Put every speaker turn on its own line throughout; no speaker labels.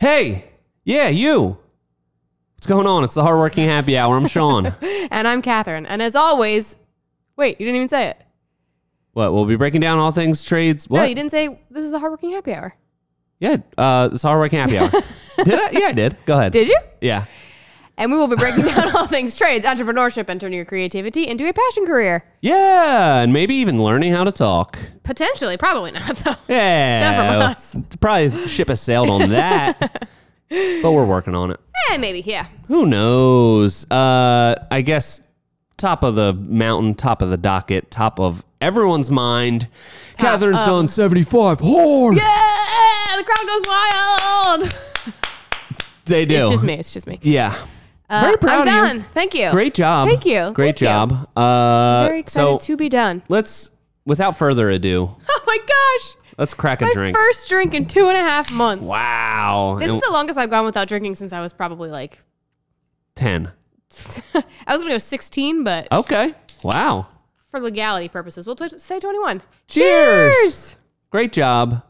Hey, yeah, you. What's going on? It's the Hardworking Happy Hour. I'm Sean.
And I'm Catherine. And as always, wait, you didn't even say it.
what? We'll be breaking down all things trades. What?
No, you didn't say this is the hardworking happy hour.
Yeah, uh, it's Hardworking Happy Hour. did I? Yeah, I did. Go ahead.
Did you?
Yeah.
And we will be breaking down all things trades, entrepreneurship, and turning your creativity into a passion career.
Yeah, and maybe even learning how to talk.
Potentially, probably not though.
Yeah.
Not from us.
Probably ship has sailed on that. but we're working on it.
Eh, maybe, yeah.
Who knows? Uh, I guess top of the mountain, top of the docket, top of everyone's mind. Catherine's done 75 hard.
Yeah, the crowd goes wild.
They do.
It's just me. It's just me.
Yeah. Very proud
Uh, I'm
of you.
done. Thank you.
Great job.
Thank you.
Great
Thank you.
job. Uh,
Very
so
excited to be done.
let's, without further ado,
Oh my gosh.
let's crack a
My
drink.
first drink in two and a half months.
wow.
This
And
is the longest I've gone without drinking since I was probably like
10.
I was gonna go 16, but
Okay. Wow.
for legality purposes, we'll tw- say 21.
Cheers. Great job.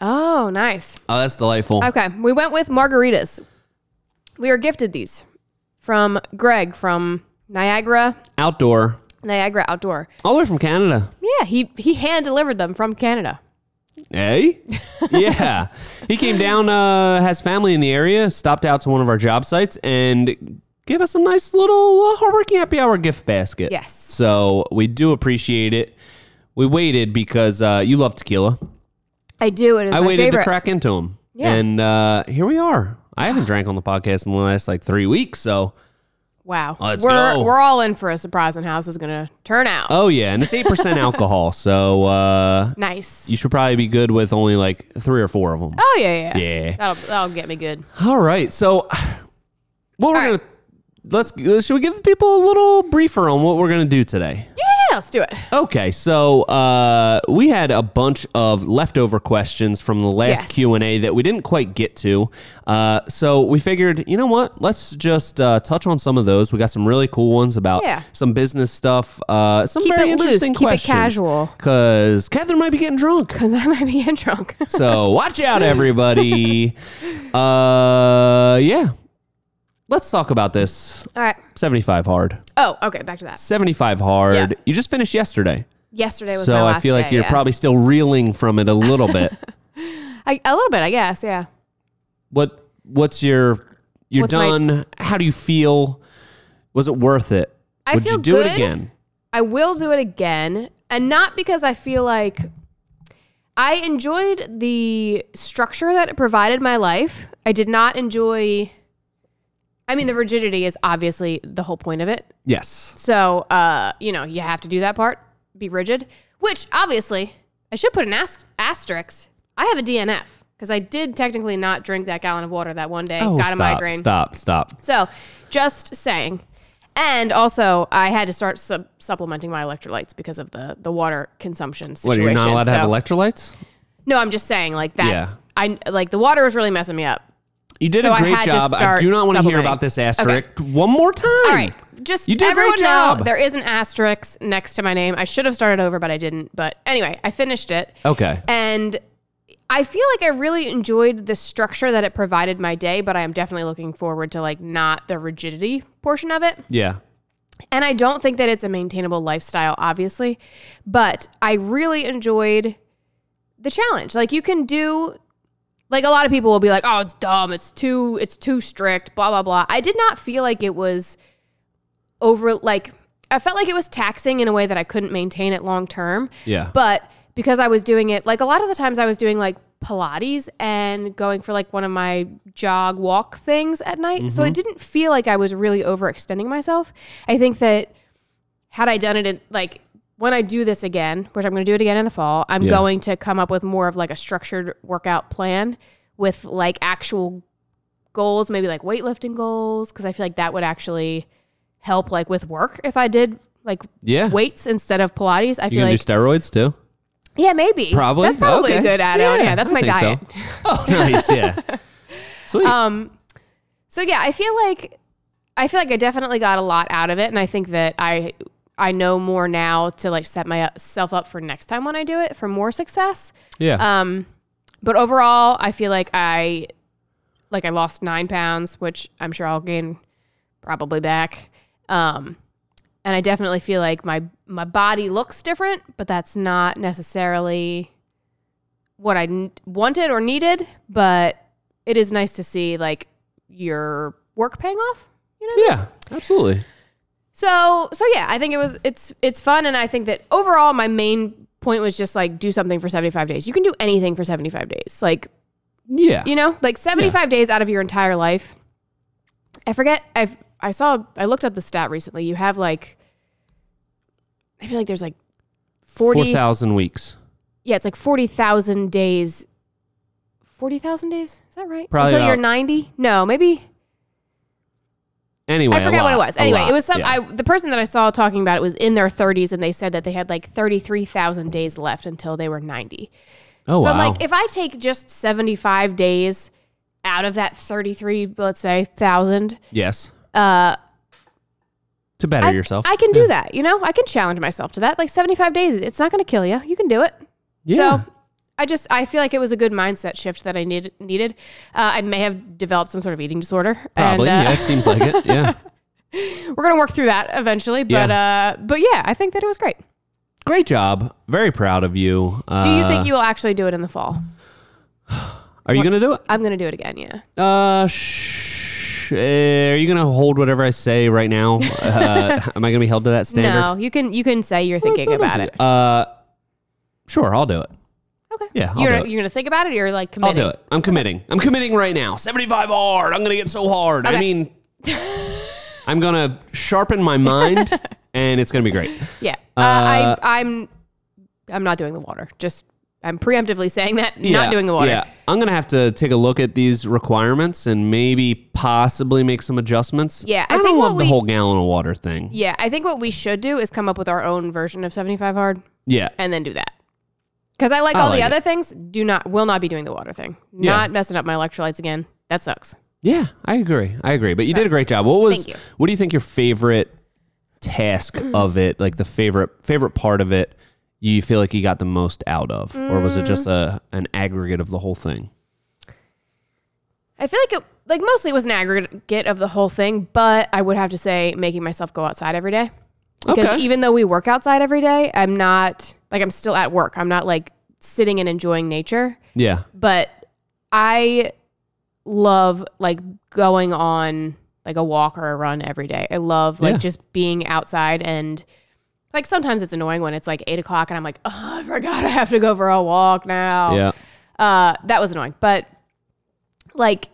Oh, nice.
Oh, that's delightful.
Okay, we went with margaritas. We were gifted these from Greg from Niagara
Outdoor.
Niagara Outdoor.
All the way from Canada.
Yeah, he he hand delivered them from Canada.
Hey? Eh? yeah. He came down, uh, has family in the area, stopped out to one of our job sites, and gave us a nice little uh, hardworking happy hour gift basket.
Yes.
So we do appreciate it. We waited because uh, you love tequila.
I do. It is
I
my
waited
favorite.
to crack into him.
Yeah.
And uh, here we are. I haven't drank on the podcast in the last like three weeks. So,
Wow,
Let's
we're
go.
we're all in for a surprise on how this is gonna turn out.
oh, yeah. And it's 8% alcohol. So uh,
nice.
you should probably be good with only like three or four of them.
oh yeah, yeah, yeah.
Yeah.
That'll that'll get me good.
All right. So, what we're
right.
gonna let's uh, should we give the people a little briefer on what we're gonna do today?
Yeah, let's do it.
Okay. So, uh, we had a bunch of leftover questions from the last
Yes.
Q and A that we didn't quite get to. Uh, so we figured, you know what? Let's just uh, touch on some of those. We got some really cool ones about
Yeah.
some business stuff. Uh, some
Keep
very
it loose,
interesting
keep it
questions.
casual.
Because Catherine might be getting drunk.
Cause I might be getting drunk.
So watch out, everybody. uh, yeah. Let's talk about this.
all right.
75 hard.
Oh, okay. Back to that.
75 hard.
Yeah.
You just finished yesterday.
Yesterday was my
So
last
I feel like
day,
you're
yeah.
probably still reeling from it a little bit.
I, a little bit, I guess. Yeah.
What what's your you're
What's my-
done? How do you feel? Was it worth it?
I
Would
feel
you do it
good.
again?
I will do it again, and not because I feel like I enjoyed the structure that it provided my life. I did not enjoy. I mean, the rigidity is obviously the whole point of it.
Yes.
So, uh, you know, you have to do that part, be rigid, which obviously I should put an ast- asterisk. I have a DNF because I did technically not drink that gallon of water that one day, got
Oh, stop,
a migraine.
Stop, stop.
So, just saying. And also, I had to start sub- supplementing my electrolytes because of the the water consumption
What,
situation.
you're not allowed to have
So-
electrolytes?
No, I'm just saying, like that's
Yeah.
I like the water was really messing me up.
You did
So
a
I
great
had to
job. I
start
do not want to hear
supplementing.
about this asterisk one more time.
All right, just
You did a great
everyone know
job.
there is an asterisk next to my name. I should have started over, but I didn't. But anyway, I finished it.
Okay.
And I feel like I really enjoyed the structure that it provided my day, but I am definitely looking forward to like not the rigidity portion of it.
Yeah.
And I don't think that it's a maintainable lifestyle, obviously, but I really enjoyed the challenge. Like you can do like a lot of people will be like, "Oh, it's dumb. It's too it's too strict, blah blah blah." I did not feel like it was over like I felt like it was taxing in a way that I couldn't maintain it long term.
Yeah.
But because I was doing it, like a lot of the times I was doing like Pilates and going for like one of my jog walk things at night. So I didn't feel like I was really overextending myself. I think that had I done it in, like when I do this again, which I'm going to do it again in the fall, I'm
Yeah.
going to come up with more of like a structured workout plan with like actual goals, maybe like weightlifting goals, because I feel like that would actually help like with work if I did like
Yeah.
weights instead of Pilates. I
You
feel
gonna
like
do steroids too?
yeah, maybe.
Probably.
That's probably
Okay.
a good add on. Yeah, that's
I
my
think so.
diet. Um,
Oh, nice. Yeah. Sweet.
So yeah, I feel like I feel like I definitely got a lot out of it and I think that I I know more now to like set myself up for next time when I do it for more success.
Yeah.
Um, but overall, I feel like I, like I lost nine pounds, which I'm sure I'll gain probably back. Um, and I definitely feel like my my body looks different, but that's not necessarily what I n- wanted or needed. But it is nice to see like your work paying off. You know?
yeah. Absolutely.
So so yeah, I think it was it's it's fun and I think that overall my main point was just like do something for 75 days. You can do anything for 75 days. Like,
Yeah.
you know, like 75 days out of your entire life. I forget I I saw I looked up the stat recently. You have like I feel like there's like 40
4,000 weeks.
Yeah, it's like 40,000 days. 40,000 days? Is that right?
Probably
Until you're
about-
90? No, maybe
Anyway,
I forgot
a
what it
lot,
was.
a
Anyway,
lot,
it was some.
yeah.
I, the person that I saw talking about it was in their 30s, and they said that they had like 33,000 days left until they were 90.
oh
So
wow.
I'm like, if I take just 75 days out of that 33, let's say thousand,
yes.
uh,
To better
I,
yourself.
I can do that. You know, I can challenge myself to that. Like 75 days, it's not going to kill you. You can do it.
yeah.
So I just I feel like it was a good mindset shift that I needed. Needed. Uh, I may have developed some sort of eating disorder.
Probably.
And, uh,
yeah. It seems like it. Yeah.
We're gonna work through that eventually. But uh, but yeah, I think that it was great.
Great job. Very proud of you. Uh,
Do you think you will actually do it in the fall?
Are you gonna do it?
I'm gonna do it again. Yeah.
Uh, sh- eh, are you gonna hold whatever I say right now? Uh, am I gonna be held to that standard?
No, you can you can say you're thinking
That's
about
amazing.
it.
Uh, sure, I'll do it.
Okay.
yeah, I'll
you're
do
gonna,
it.
you're gonna think about it. Or you're like
I'll
committing.
do it. I'm committing. I'm committing right now. 75 hard. I'm gonna get so hard. I
Okay.
mean, I'm gonna sharpen my mind, and it's gonna be great.
Yeah. Uh, I I'm I'm not doing the water. Just I'm preemptively saying that
Yeah,
not doing the water.
Yeah, I'm gonna have to take a look at these requirements and maybe possibly make some adjustments.
Yeah,
I,
I
don't
think what
love the
we-
whole gallon of water thing.
Yeah, I think what we should do is come up with our own version of 75 hard
Yeah,
and then do that. Because I like
I
all
like
the
it.
other things. Do not will not be doing the water thing.
Yeah.
Not messing up my electrolytes again. That sucks.
yeah, I agree. I agree. But you did a great job. What was?
Thank you.
What do you think your favorite task of it? Like the favorite favorite part of it? You feel like you got the most out of, or was it
Mm.
just a an aggregate of the whole thing?
I feel like it like mostly it was an aggregate of the whole thing, but I would have to say making myself go outside every day. Because
Okay.
even though we work outside every day, I'm not like I'm still at work. I'm not like sitting and enjoying nature,
Yeah,
but I love like going on like a walk or a run every day. I love like
Yeah.
just being outside and like sometimes it's annoying when it's like eight o'clock and I'm like, oh, I forgot I have to go for a walk now
yeah,
uh, that was annoying. But like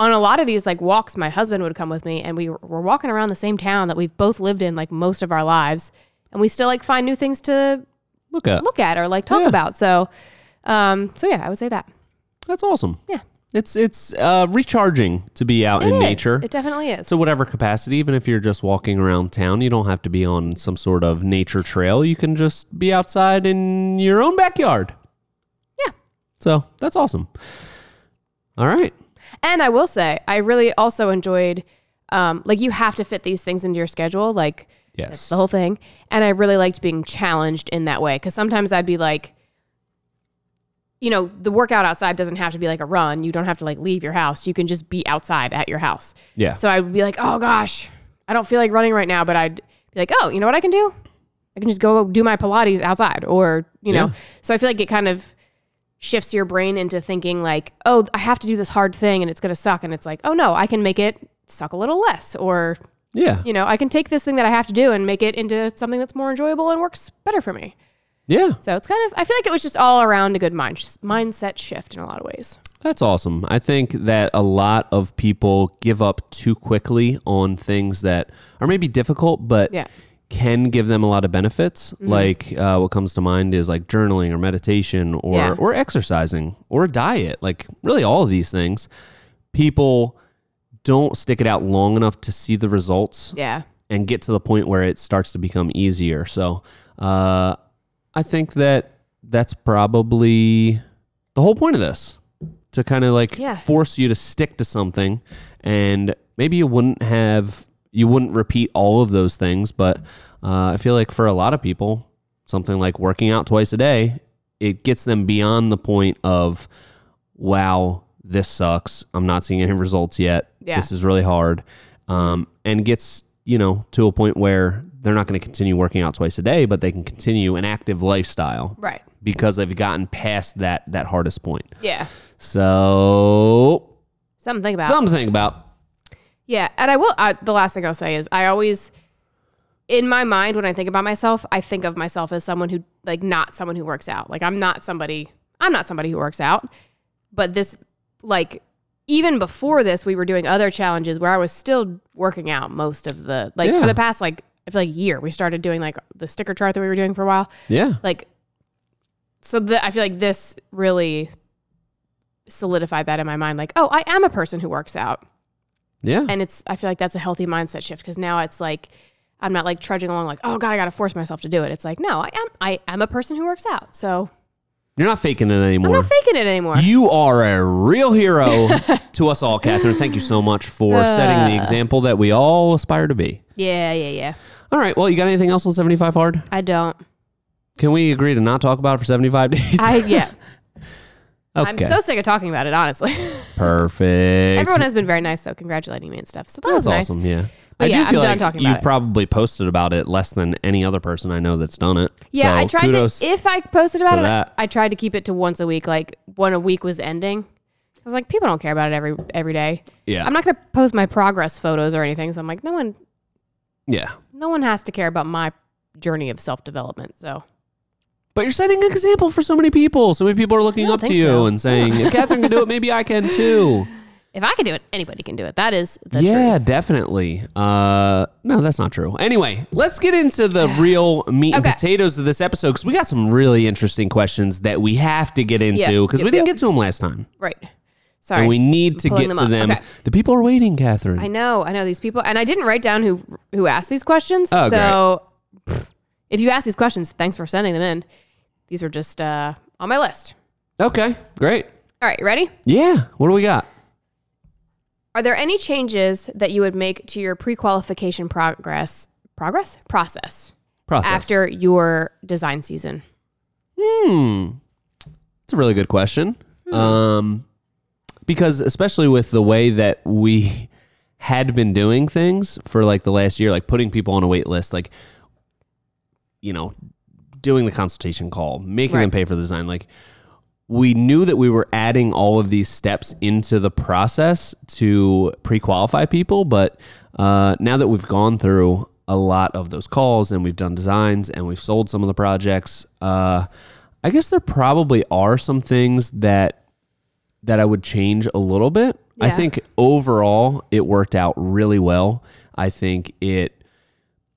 on a lot of these like walks, my husband would come with me, and we were were walking around the same town that we've both lived in like most of our lives, and we still like find new things to
look at
look at or like talk
Yeah.
about. So, um, so yeah, I would say that.
that's awesome.
Yeah,
It's it's uh, recharging to be out
It
in
is.
nature.
It definitely is.
to whatever capacity even if you're just walking around town you don't have to be on some sort of nature trail you can just be outside in your own backyard
Yeah.
so that's awesome all right
And I will say, I really also enjoyed, um, like you have to fit these things into your schedule, like
Yes.
that's the whole thing. And I really liked being challenged in that way because sometimes I'd be like, you know, the workout outside doesn't have to be like a run. You don't have to like leave your house. You can just be outside at your house.
yeah
So I would be like, oh gosh, I don't feel like running right now, but I'd be like, oh, you know what I can do? I can just go do my Pilates outside or, you know.
Yeah.
So I feel like it kind of shifts your brain into thinking like, oh, I have to do this hard thing and it's going to suck. And it's like, oh no, I can make it suck a little less or,
yeah
you know, I can take this thing that I have to do and make it into something that's more enjoyable and works better for me.
yeah
So it's kind of, I feel like it was just all around a good mind, mindset shift in a lot of ways.
That's awesome. I think that a lot of people give up too quickly on things that are maybe difficult, but
Yeah. Mm-hmm.
can give them a lot of benefits. Like uh, what comes to mind is like journaling or meditation or
Yeah.
or exercising or diet. Like really, all of these things, people don't stick it out long enough to see the results
Yeah.
and get to the point where it starts to become easier. So uh, I think that that's probably the whole point of this to kind of like
Yeah.
force you to stick to something. And maybe you wouldn't have, you wouldn't repeat all of those things, but uh, I feel like for a lot of people, something like working out twice a day, it gets them beyond the point of, wow, this sucks. I'm not seeing any results yet.
Yeah.
This is really hard. Um, and gets, you know, to a point where they're not going to continue working out twice a day, but they can continue an active lifestyle
Right.
because they've gotten past that that hardest point.
Yeah.
So
Something to think about.
something about
Yeah, and I will. Uh, the last thing I'll say is I always, in my mind, when I think about myself, I think of myself as someone who, like, not someone who works out. Like, I'm not somebody. I'm not somebody who works out. But this, like, even before this, we were doing other challenges where I was still working out most of the, like,
Yeah.
for the past like I feel like year. We started doing like the sticker chart that we were doing for a while.
yeah.
Like, so the, I feel like this really solidified that in my mind. Like, oh, I am a person who works out
Yeah.
and it's i feel like that's a healthy mindset shift because now it's like i'm not like trudging along like oh god i gotta force myself to do it it's like no i am i am a person who works out so
You're not faking it
i'm
anymore.
not faking it anymore
you are a real hero to us all, Catherine. Thank you so much for setting the example that we all aspire to be.
yeah yeah yeah
All right. Well, you got anything else on 75 hard?
i don't
Can we agree to not talk about it for 75 days?
i yeah
okay.
i'm so sick of talking about it honestly
Perfect.
everyone has been very nice though congratulating me and stuff so that
That's
was nice
awesome. Yeah.
But
I
yeah,
do
I'm
feel
done
like
talking about
you've
it.
probably posted about it less than any other person I know that's done it.
yeah
So
i tried
kudos
to if i posted about
to
it
that.
i tried to keep it to once a week like when a week was ending i was like people don't care about it every every day
Yeah.
i'm not gonna post my progress photos or anything so i'm like no one
yeah.
no one has to care about my journey of self development. So
But you're setting an example for so many people. So many people are looking
don't
up to
think
you
so.
and saying, if Catherine can do it, maybe I can too.
if I can do it, anybody can do it. That is the
yeah,
truth.
definitely. Uh, no, that's not true. Anyway, let's get into the real meat and
Okay.
potatoes of this episode because we got some really interesting questions that we have to get into because
yep,
we didn't get to them last time.
Right. Sorry.
And we need to
Pulling
get
them
to
up.
them.
Okay.
The people are waiting, Catherine.
I know, I know these people and I didn't write down who who asked these questions.
Oh,
so pfft, if you ask these questions, thanks for sending them in. These were just uh, on my list.
okay, great.
All right, ready?
Yeah, what do we got?
Are there any changes that you would make to your pre-qualification progress progress process
Process.
after your design season?
Hmm. It's a really good question. Um, because especially with the way that we had been doing things for like the last year, like putting people on a wait list, like, you know, doing the consultation call, making them
Right.
pay for the design, like, we knew that we were adding all of these steps into the process to pre-qualify people but uh, now that we've gone through a lot of those calls and we've done designs and we've sold some of the projects uh, i guess there probably are some things that that i would change a little bit i
Yeah.
think overall it worked out really well i think it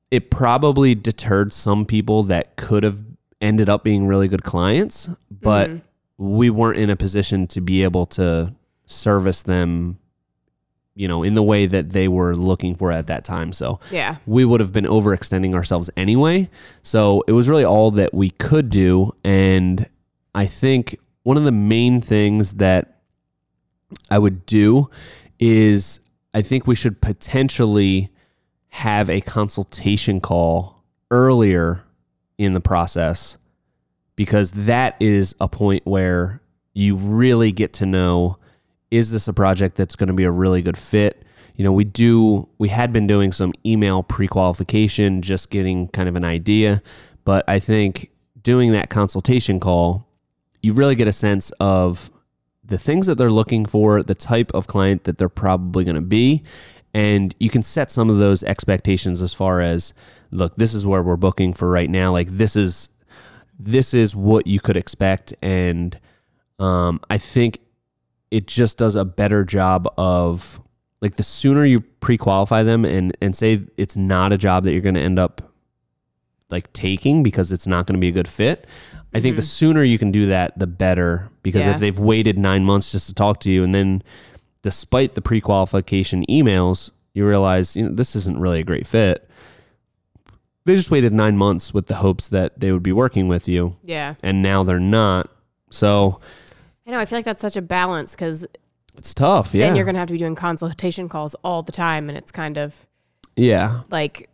it probably deterred some people that could have ended up being really good clients, but we weren't in a position to be able to service them, you know, in the way that they were looking for at that time. So
Yeah.
we would have been overextending ourselves anyway. So it was really all that we could do. And I think one of the main things that I would do is I think we should potentially have a consultation call earlier in the process because that is a point where you really get to know is this a project that's going to be a really good fit you know we do we had been doing some email pre-qualification just getting kind of an idea but i think doing that consultation call you really get a sense of the things that they're looking for, the type of client that they're probably going to be. And you can set some of those expectations as far as, look, this is where we're booking for right now. Like this is, this is what you could expect. And um, I think it just does a better job of like the sooner you pre-qualify them and and say it's not a job that you're going to end up like taking because it's not going to be a good fit. I think the sooner you can do that, the better. Because
Yeah.
if they've waited nine months just to talk to you, and then despite the pre-qualification emails, you realize you know, this isn't really a great fit. They just waited nine months with the hopes that they would be working with you,
Yeah.
and now they're not. So
I know, I feel like that's such a balance cuz
it's tough. Yeah,
then you're going to have to be doing consultation calls all the time and it's kind of
Yeah.
like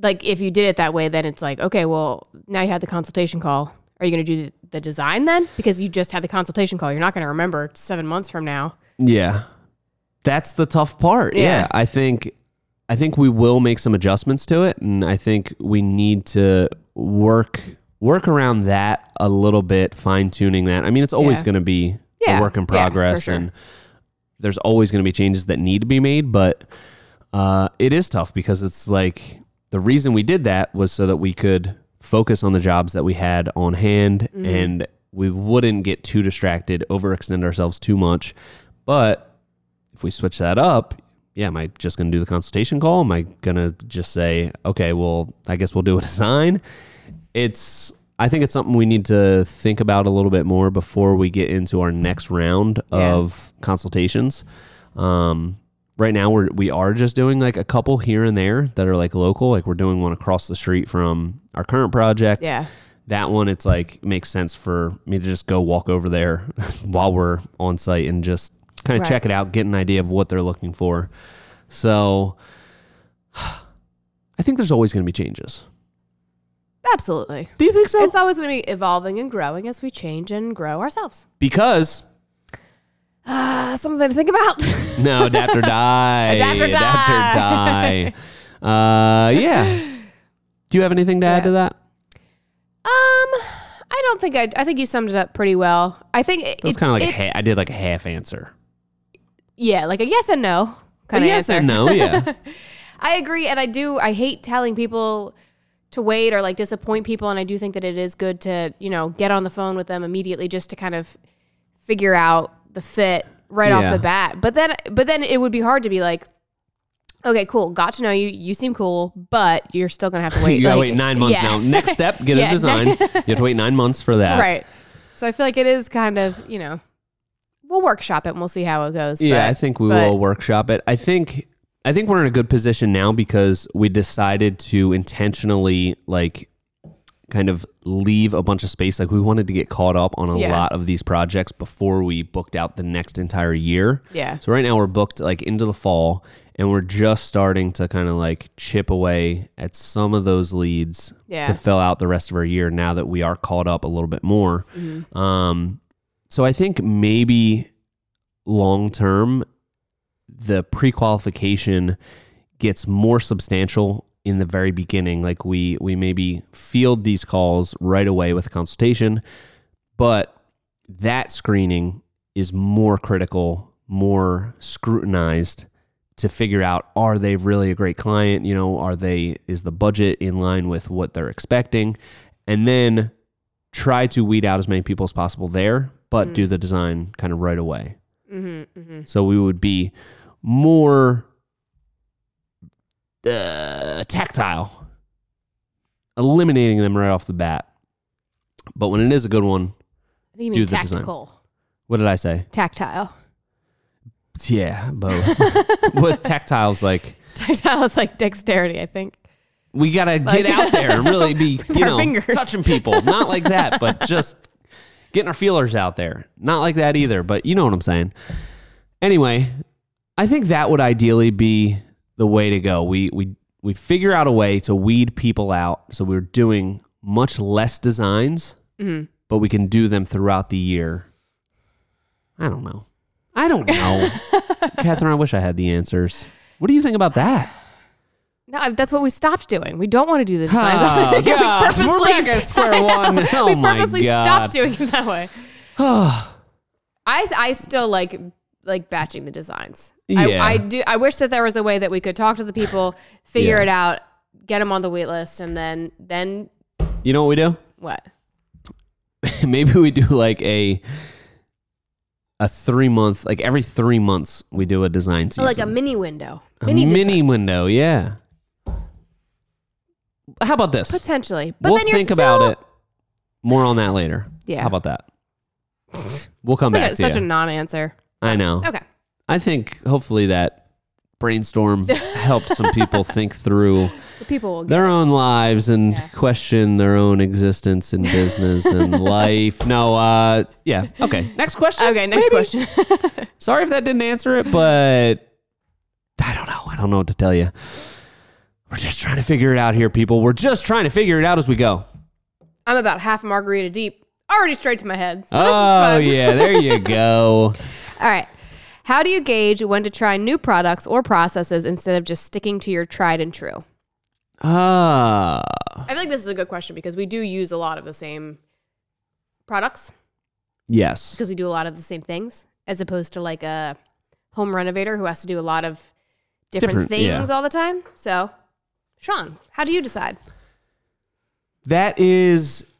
like if you did it that way then it's like okay well now you had the consultation call are you going to do the design then because you just had the consultation call you're not going to remember seven months from now
Yeah. That's the tough part. Yeah.
Yeah.
I think I think we will make some adjustments to it and I think we need to work work around that a little bit, fine tuning that. I mean, it's always
Yeah.
going to be
Yeah.
a work in
Yeah, for
progress
sure.
and there's always going to be changes that need to be made, but uh, it is tough because it's like the reason we did that was so that we could focus on the jobs that we had on hand
Mm-hmm.
and we wouldn't get too distracted, overextend ourselves too much. But if we switch that up, yeah, am I just going to do the consultation call? Am I going to just say, okay, well, I guess we'll do a design? It's, I think it's something we need to think about a little bit more before we get into our next round
Yeah.
of consultations. Um, right now we're we are just doing like a couple here and there that are like local. Like we're doing one across the street from our current project.
yeah
That one it's like makes sense for me to just go walk over there while we're on site and just kind of
Right.
check it out, get an idea of what they're looking for. So I think there's always going to be changes.
absolutely
Do you think so?
it's always going to be evolving and growing as we change and grow ourselves
because
uh, something to think about
No, adapt or die.
Adapt or die.
Adapt or die. Uh, yeah. Do you have anything to add to that?
Um, I don't think I. I think you summed it up pretty well. I think it-
That was
it's
kind of like a
it-
ha- I did like a half answer.
yeah, like a yes and no kind of
yes
answer.
and no. Yeah.
I agree, and I do. I hate telling people to wait or like disappoint people, and I do think that it is good to you know get on the phone with them immediately just to kind of figure out the fit right
Yeah.
off the bat. But then, but then it would be hard to be like. Okay, cool. Got to know you. You seem cool, but you're still gonna have to wait.
you gotta
like-
wait nine months
yeah.
now. Next step, get
Yeah,
a design. you have to wait nine months for that.
right. So I feel like it is kind of, you know, we'll workshop it and we'll see how it goes.
Yeah,
but-
I think we
but-
will workshop it. I think I think we're in a good position now because we decided to intentionally like kind of leave a bunch of space. Like we wanted to get caught up on a
Yeah.
lot of these projects before we booked out the next entire year.
Yeah.
So right now we're booked like into the fall and we're just starting to kind of like chip away at some of those leads
Yeah.
to fill out the rest of our year now that we are caught up a little bit more. Um so I think maybe long term the pre-qualification gets more substantial in the very beginning like we we maybe field these calls right away with consultation but that screening is more critical more scrutinized to figure out are they really a great client you know are they is the budget in line with what they're expecting and then try to weed out as many people as possible there but do the design kind of right away
Mm-hmm, mm-hmm.
so we would be more uh, tactile, eliminating them right off the bat. But when it is a good one,
I think you
Do
mean
the design.
tactical,
what did I say?
tactile.
Yeah, both. what tactile's like?
Tactile is like dexterity, I think.
We gotta
Like-
get out there and really be,
With
you
our
know,
fingers.
touching people. Not like that, but just getting our feelers out there. Not like that either, but you know what I'm saying. Anyway, I think that would ideally be the way to go. We we we figure out a way to weed people out, so we're doing much less designs,
Mm-hmm.
but we can do them throughout the year. I don't know. I don't know, Catherine. I wish I had the answers. What do you think about that?
No, I- that's what we stopped doing. We don't want to do the designs.
Oh,
we
God.
purposely,
We're back at square one. Oh,
we
my
purposely
God.
stopped doing it that way. I I still like like batching the designs.
Yeah.
I, I do. I wish that there was a way that we could talk to the people, figure
Yeah.
it out, get them on the wait list, and then then
You know what we do?
what?
Maybe we do like a a three month, like every three months, we do a design season,
Like a mini window.
A mini window. Yeah. How about this?
Potentially. But
we'll
then you're
think
still,
about it. More on that later.
Yeah.
How about that? We'll come
It's like
back
a,
to
such a
you.
non answer.
I know.
Okay.
I think hopefully that brainstorm helps some people think through
The people will get
their own lives and
Yeah.
question their own existence and business and life. No, uh, yeah. Okay. Next question.
Okay, next
maybe?
question.
Sorry if that didn't answer it, but I don't know. I don't know what to tell you. We're just trying to figure it out here, people. We're just trying to figure it out as we go.
I'm about half a margarita deep, already straight to my head. So
oh,
this is fun.
yeah, there you go.
All right. How do you gauge when to try new products or processes instead of just sticking to your tried and true?
Ah,
I feel like this is a good question because we do use a lot of the same products
yes.
because we do a lot of the same things as opposed to like a home renovator who has to do a lot of different,
Different, yeah.
things all the time. So, Sean, how do you decide?
That is,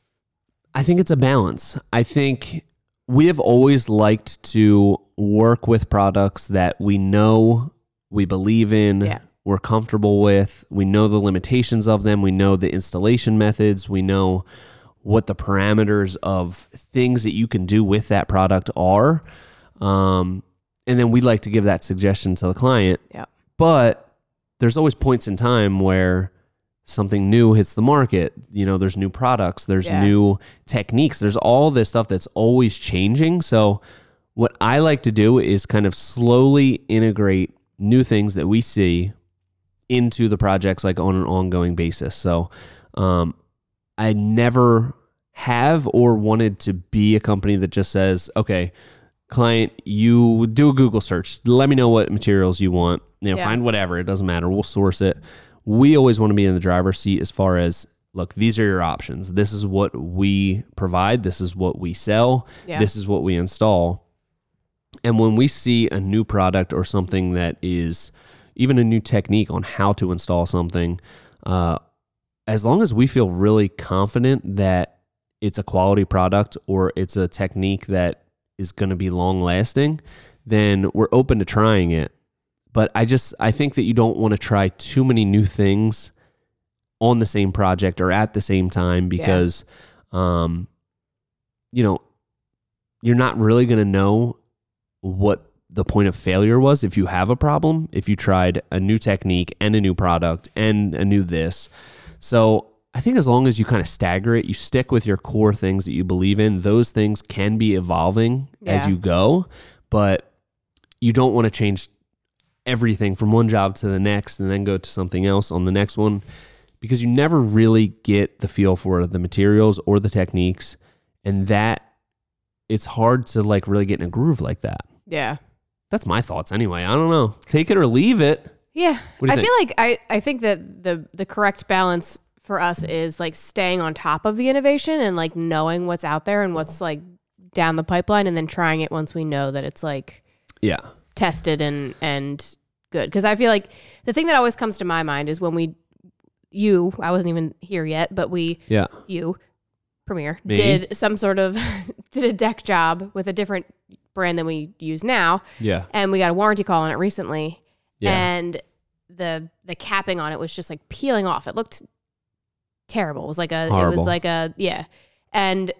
I think it's a balance. I think we have always liked to work with products that we know, we believe in,
Yeah.
we're comfortable with, we know the limitations of them, we know the installation methods, we know what the parameters of things that you can do with that product are. Um, and then we like to give that suggestion to the client.
Yeah.
But there's always points in time where something new hits the market. You know, there's new products, there's
Yeah.
new techniques, there's all this stuff that's always changing. So, what I like to do is kind of slowly integrate new things that we see into the projects like on an ongoing basis. So, um, I never have or wanted to be a company that just says, okay, client, you do a Google search. Let me know what materials you want. You know,
Yeah.
find whatever. It doesn't matter. We'll source it. We always want to be in the driver's seat as far as look, these are your options. This is what we provide. This is what we sell.
Yeah.
This is what we install. And when we see a new product or something that is even a new technique on how to install something, uh, as long as we feel really confident that it's a quality product or it's a technique that is going to be long lasting, then we're open to trying it. But I just I think that you don't want to try too many new things on the same project or at the same time because um you know you're not really going to know what the point of failure was if you have a problem if you tried a new technique and a new product and a new this so I think as long as you kind of stagger it, you stick with your core things that you believe in, those things can be evolving as
Yeah.
you go, but you don't want to change everything from one job to the next and then go to something else on the next one because you never really get the feel for the materials or the techniques. And that it's hard to like really get in a groove like that.
Yeah.
That's my thoughts anyway. I don't know. Take it or leave it.
Yeah.
What do you
I
think?
feel like I, I think that the the correct balance for us is like staying on top of the innovation and like knowing what's out there and what's like down the pipeline and then trying it once we know that it's like
Yeah.
tested and and good because i feel like the thing that always comes to my mind is when we you i wasn't even here yet but we
Yeah.
you premiere
Me?
did some sort of did a deck job with a different brand than we use now
Yeah.
and we got a warranty call on it recently
Yeah.
and the the capping on it was just like peeling off it looked terrible it was like a it
Horrible.
was like a yeah and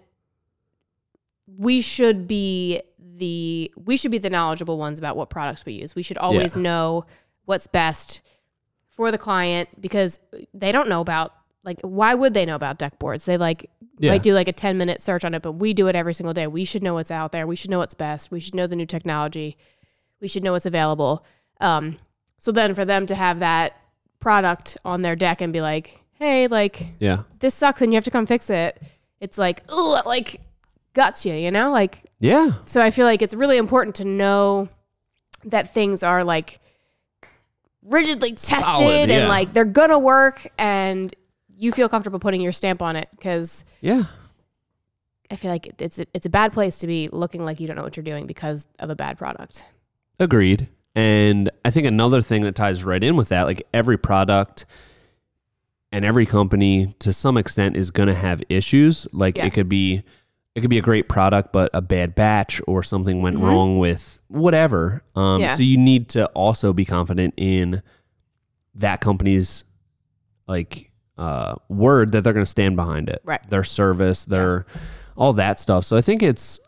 we should be the we should be the knowledgeable ones about what products we use we should always know what's best for the client because they don't know about like why would they know about deck boards they like
Yeah.
might do like a 10 minute search on it but we do it every single day we should know what's out there we should know what's best we should know the new technology we should know what's available um, so then for them to have that product on their deck and be like hey like
Yeah.
this sucks and you have to come fix it it's like oh like guts you you know like
Yeah.
so I feel like it's really important to know that things are like rigidly tested
Solid, yeah.
and like they're gonna work and you feel comfortable putting your stamp on it because
Yeah.
I feel like it's it's a bad place to be looking like you don't know what you're doing because of a bad product.
Agreed. And I think another thing that ties right in with that, like every product and every company to some extent is going to have issues. Like
Yeah.
it could be it could be a great product but a bad batch or something went wrong with whatever. Um
Mm-hmm. Yeah.
so you need to also be confident in that company's like uh, word that they're going to stand behind it.
Right.
Their service, their all that stuff. So I think it's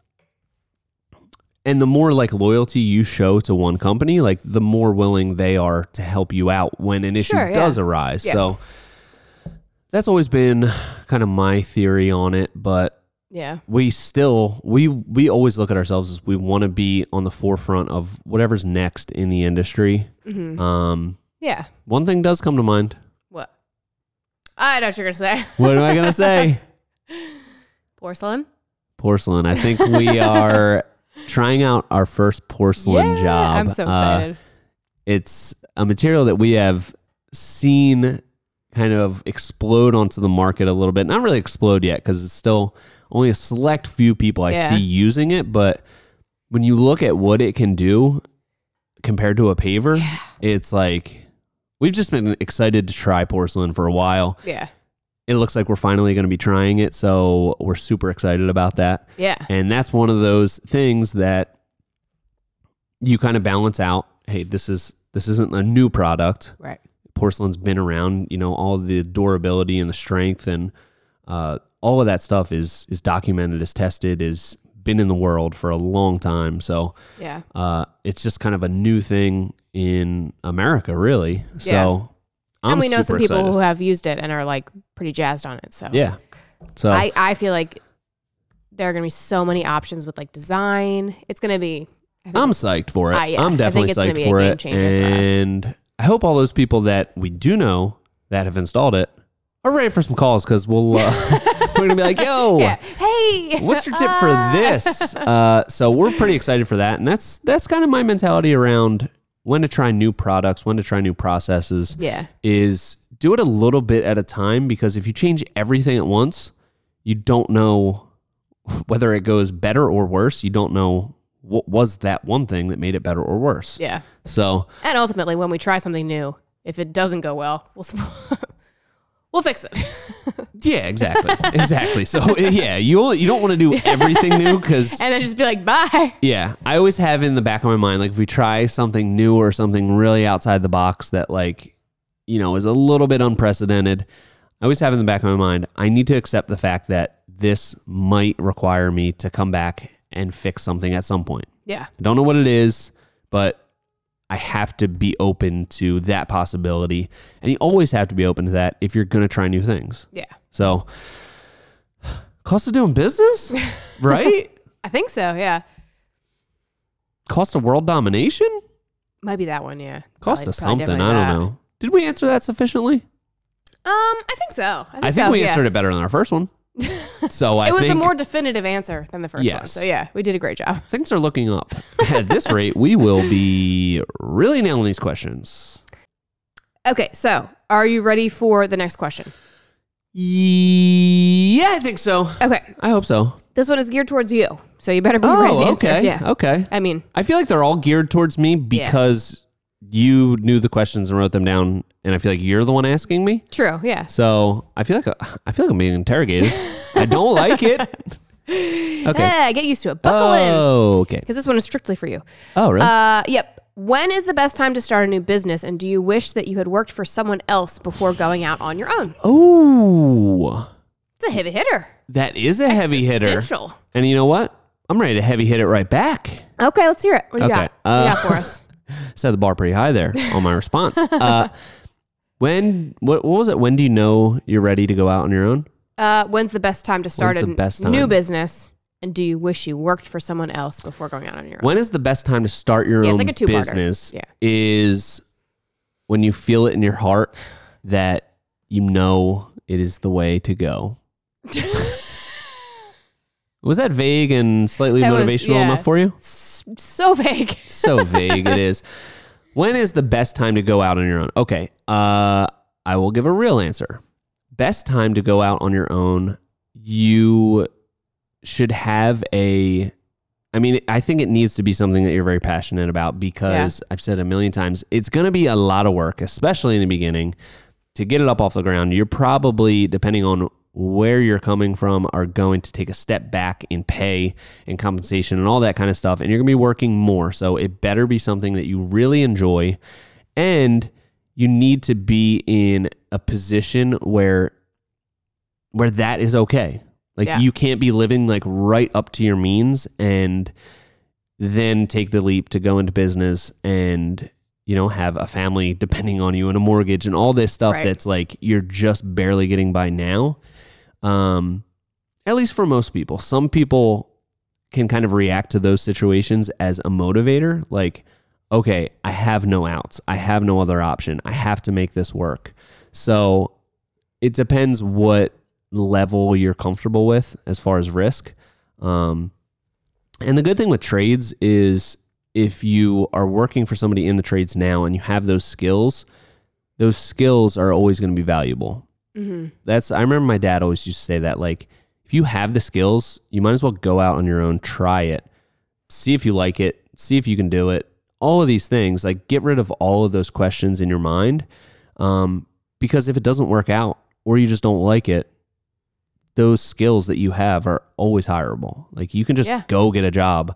and the more like loyalty you show to one company, like the more willing they are to help you out when an issue
Sure, yeah.
does arise.
Yeah.
So that's always been kind of my theory on it, but
Yeah.
we still we we always look at ourselves as we want to be on the forefront of
Mm-hmm.
whatever's next in the industry. Um,
Yeah.
one thing does come to mind.
I know what you're gonna say.
What am I gonna say?
Porcelain.
porcelain. I think we are trying out our first porcelain job.
I'm so
Uh,
excited.
it's a material that we have seen kind of explode onto the market a little bit. Not really explode yet because it's still only a select few people I
Yeah.
see using it. But when you look at what it can do compared to a paver, it's like we've just been excited to try porcelain for a while.
yeah.
It looks like we're finally going to be trying it. So we're super excited about that.
Yeah.
And that's one of those things that you kind of balance out. Hey, this is this isn't a new product.
Right.
Porcelain's been around. You know, all the durability and the strength and uh, all of that stuff is is documented, is tested, is been in the world for a long time. So
Yeah.
uh, it's just kind of a new thing in America, really. So
Yeah.
I'm
and we know
super
some people
excited.
who have used it and are like pretty jazzed on it. So
yeah. So
I, I feel like there are gonna be so many options with like design. It's gonna be I think
I'm psyched for it.
Ah, yeah. I
I'm
think
definitely
it's gonna be
psyched
a
for
game
it.
changer for us.
and I hope all those people that we do know that have installed it are ready for some calls because we'll uh, we're gonna be like, yo.
yeah. Hey,
What's your tip for this? Uh, so we're pretty excited for that, and that's that's kind of my mentality around when to try new products, when to try new processes.
Yeah.
Is do it a little bit at a time because if you change everything at once, you don't know whether it goes better or worse. You don't know what was that one thing that made it better or worse.
Yeah.
So
And ultimately, when we try something new, if it doesn't go well, we'll s- we'll fix it,
yeah, exactly, exactly. So yeah, you only- you don't want to do everything new because
and then just be like, bye.
Yeah, I always have in the back of my mind like if we try something new or something really outside the box that like you know is a little bit unprecedented. I always have in the back of my mind I need to accept the fact that this might require me to come back and fix something at some point.
Yeah.
I don't know what it is, but I have to be open to that possibility. And you always have to be open to that if you're going to try new things.
Yeah.
So cost of doing business, right?
I think so. Yeah.
cost of world domination?
Might be that one. Yeah.
Cost
Probably-
us
probably
something.
definitely
I don't
that.
know. Did we answer that sufficiently?
Um, I think so. I think,
I think
so,
we
yeah.
answered it better than our first one. So I
It was
think
a more definitive answer than the first one.
Yes.
So yeah, we did a great job.
things are looking up. At this rate, we will be really nailing these questions.
Okay, so are you ready for the next question?
Yeah, I think so.
Okay,
I hope so.
this one is geared towards you, so you better be ready. to
Oh,
answer.
okay.
Yeah.
Okay.
I mean,
I feel like they're all geared towards me because you knew the questions and wrote them down, and I feel like you're the one asking me.
true. Yeah.
So I feel like I feel like I'm being interrogated. I don't like it. Okay.
Yeah, get used to it. Buckle in,
Oh, okay.
because this one is strictly for you.
Oh, really?
Uh, yep. When is the best time to start a new business, and do you wish that you had worked for someone else before going out on your own?
oh,
It's a heavy hitter.
that is a heavy hitter.
Existential.
And you know what? I'm ready to heavy hit it right back.
Okay, let's hear it. What do you
Okay, uh,
got? what do you got for us?
Set the bar pretty high there on my response. Uh, when what, what was it? When do you know you're ready to go out on your own?
Uh, when's the best time to start
When's
a
the best
new
time?
business? And do you wish you worked for someone else before going out on your own?
When is the best time to start your
Yeah,
own
it's like a two-parter.
business?
Yeah.
Is when you feel it in your heart that you know it is the way to go. was that vague and slightly
That was-
motivational
yeah.
enough for you?
S- so vague.
so vague it is. When is the best time to go out on your own? Okay, uh, I will give a real answer. Best time to go out on your own, you should have a. I mean, I think it needs to be something that you're very passionate about because I've said a million times, it's going to be a lot of work, especially in the beginning, to get it up off the ground. You're probably, depending on where you're coming from, are going to take a step back in pay and compensation and all that kind of stuff. And you're going to be working more. So it better be something that you really enjoy. And you need to be in a position where where that is okay. Like
Yeah.
you can't be living like right up to your means and then take the leap to go into business and you know have a family depending on you and a mortgage and all this stuff
Right.
that's like you're just barely getting by now. Um at least for most people. Some people can kind of react to those situations as a motivator like okay, I have no outs. I have no other option. I have to make this work. So it depends what level you're comfortable with as far as risk. Um, and the good thing with trades is if you are working for somebody in the trades now and you have those skills, those skills are always going to be valuable. That's I remember my dad always used to say that like if you have the skills, you might as well go out on your own, try it, see if you like it, see if you can do it. All of these things, like get rid of all of those questions in your mind, um, because if it doesn't work out or you just don't like it, those skills that you have are always hireable. Like you can just
Yeah.
go get a job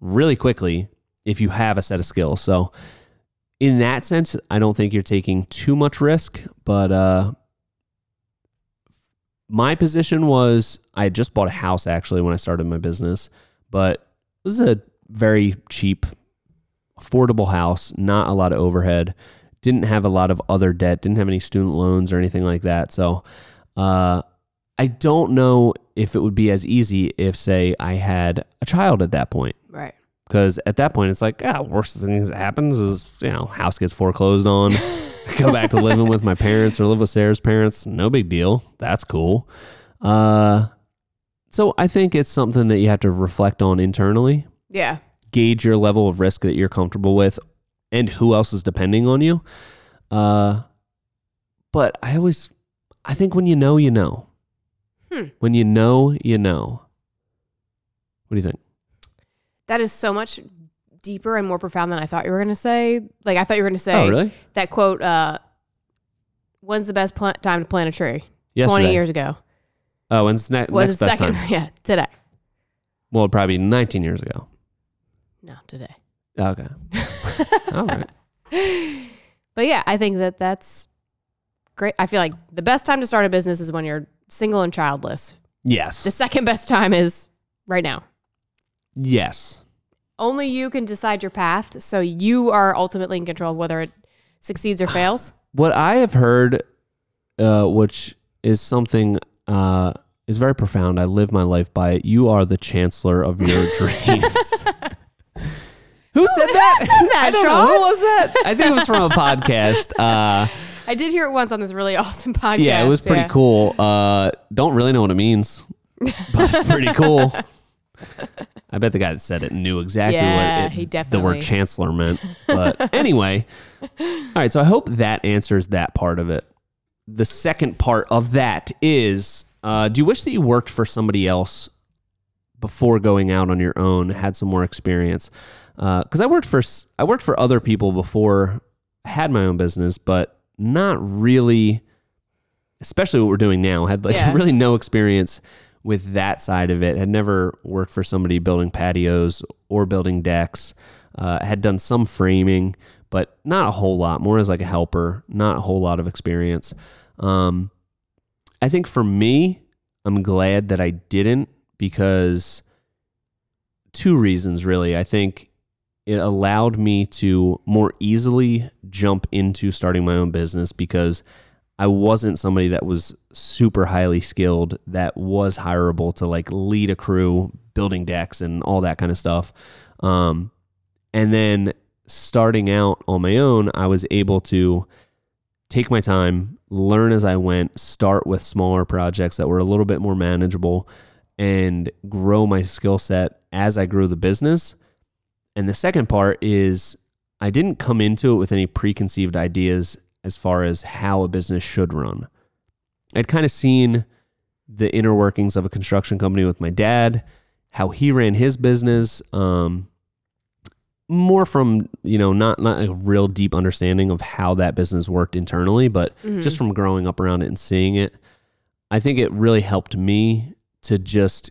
really quickly if you have a set of skills. So in that sense, I don't think you're taking too much risk, but uh my position was I had just bought a house actually when I started my business, but it was a very cheap, affordable house, not a lot of overhead, didn't have a lot of other debt, didn't have any student loans or anything like that. So uh, I don't know if it would be as easy if, say, I had a child at that point.
Right.
Because at that point, it's like, yeah, worst thing that happens is, you know, house gets foreclosed on. go back to living with my parents or live with Sarah's parents. No big deal. That's cool. Uh, so I think it's something that you have to reflect on internally,
Yeah.
gauge your level of risk that you're comfortable with and who else is depending on you. Uh, but I always, I think when you know, you know.
Hmm.
When you know, you know. What do you think?
That is so much deeper and more profound than I thought you were going to say. Like I thought you were going to say
Oh, really?
that quote uh when's the best pla- time to plant a tree?
Yesterday.
20 years ago.
Oh, and it's ne- next
Was the
best
second
time.
yeah, today.
Well, probably 19 years ago. Oh,
No, today.
Okay. All right.
But yeah, I think that that's great. I feel like the best time to start a business is when you're single and childless.
Yes.
The second best time is right now.
Yes.
Only you can decide your path, so you are ultimately in control of whether it succeeds or fails.
What I have heard, uh, which is something uh, is very profound. I live my life by it. You are the chancellor of your dreams. Who said that?
said that,
I don't
Sean?
know. Who was that? I think it was from a podcast. Uh,
I did hear it once on this really awesome podcast.
yeah, it was pretty
yeah.
cool. Uh, don't really know what it means, but it's pretty cool. I bet the guy that said it knew exactly
Yeah,
what it,
he
the
definitely-
word chancellor meant. But anyway, all right. So I hope that answers that part of it. The second part of that is: uh, Do you wish that you worked for somebody else before going out on your own? Had some more experience? Because I worked for s- I worked for other people before I had my own business, but not really especially what we're doing now, had like
Yeah.
really no experience with that side of it. Had never worked for somebody building patios or building decks. Uh, had done some framing, but not a whole lot. More as like a helper, not a whole lot of experience. Um, I think for me, I'm glad that I didn't because two reasons really. I think it allowed me to more easily jump into starting my own business because I wasn't somebody that was super highly skilled that was hireable to like lead a crew, building decks and all that kind of stuff. Um, and then starting out on my own, I was able to take my time, learn as I went, start with smaller projects that were a little bit more manageable and grow my skill set as I grew the business. And the second part is I didn't come into it with any preconceived ideas as far as how a business should run. I'd kind of seen the inner workings of a construction company with my dad, how he ran his business, um, more from you know not not a real deep understanding of how that business worked internally, but just from growing up around it and seeing it. I think it really helped me to just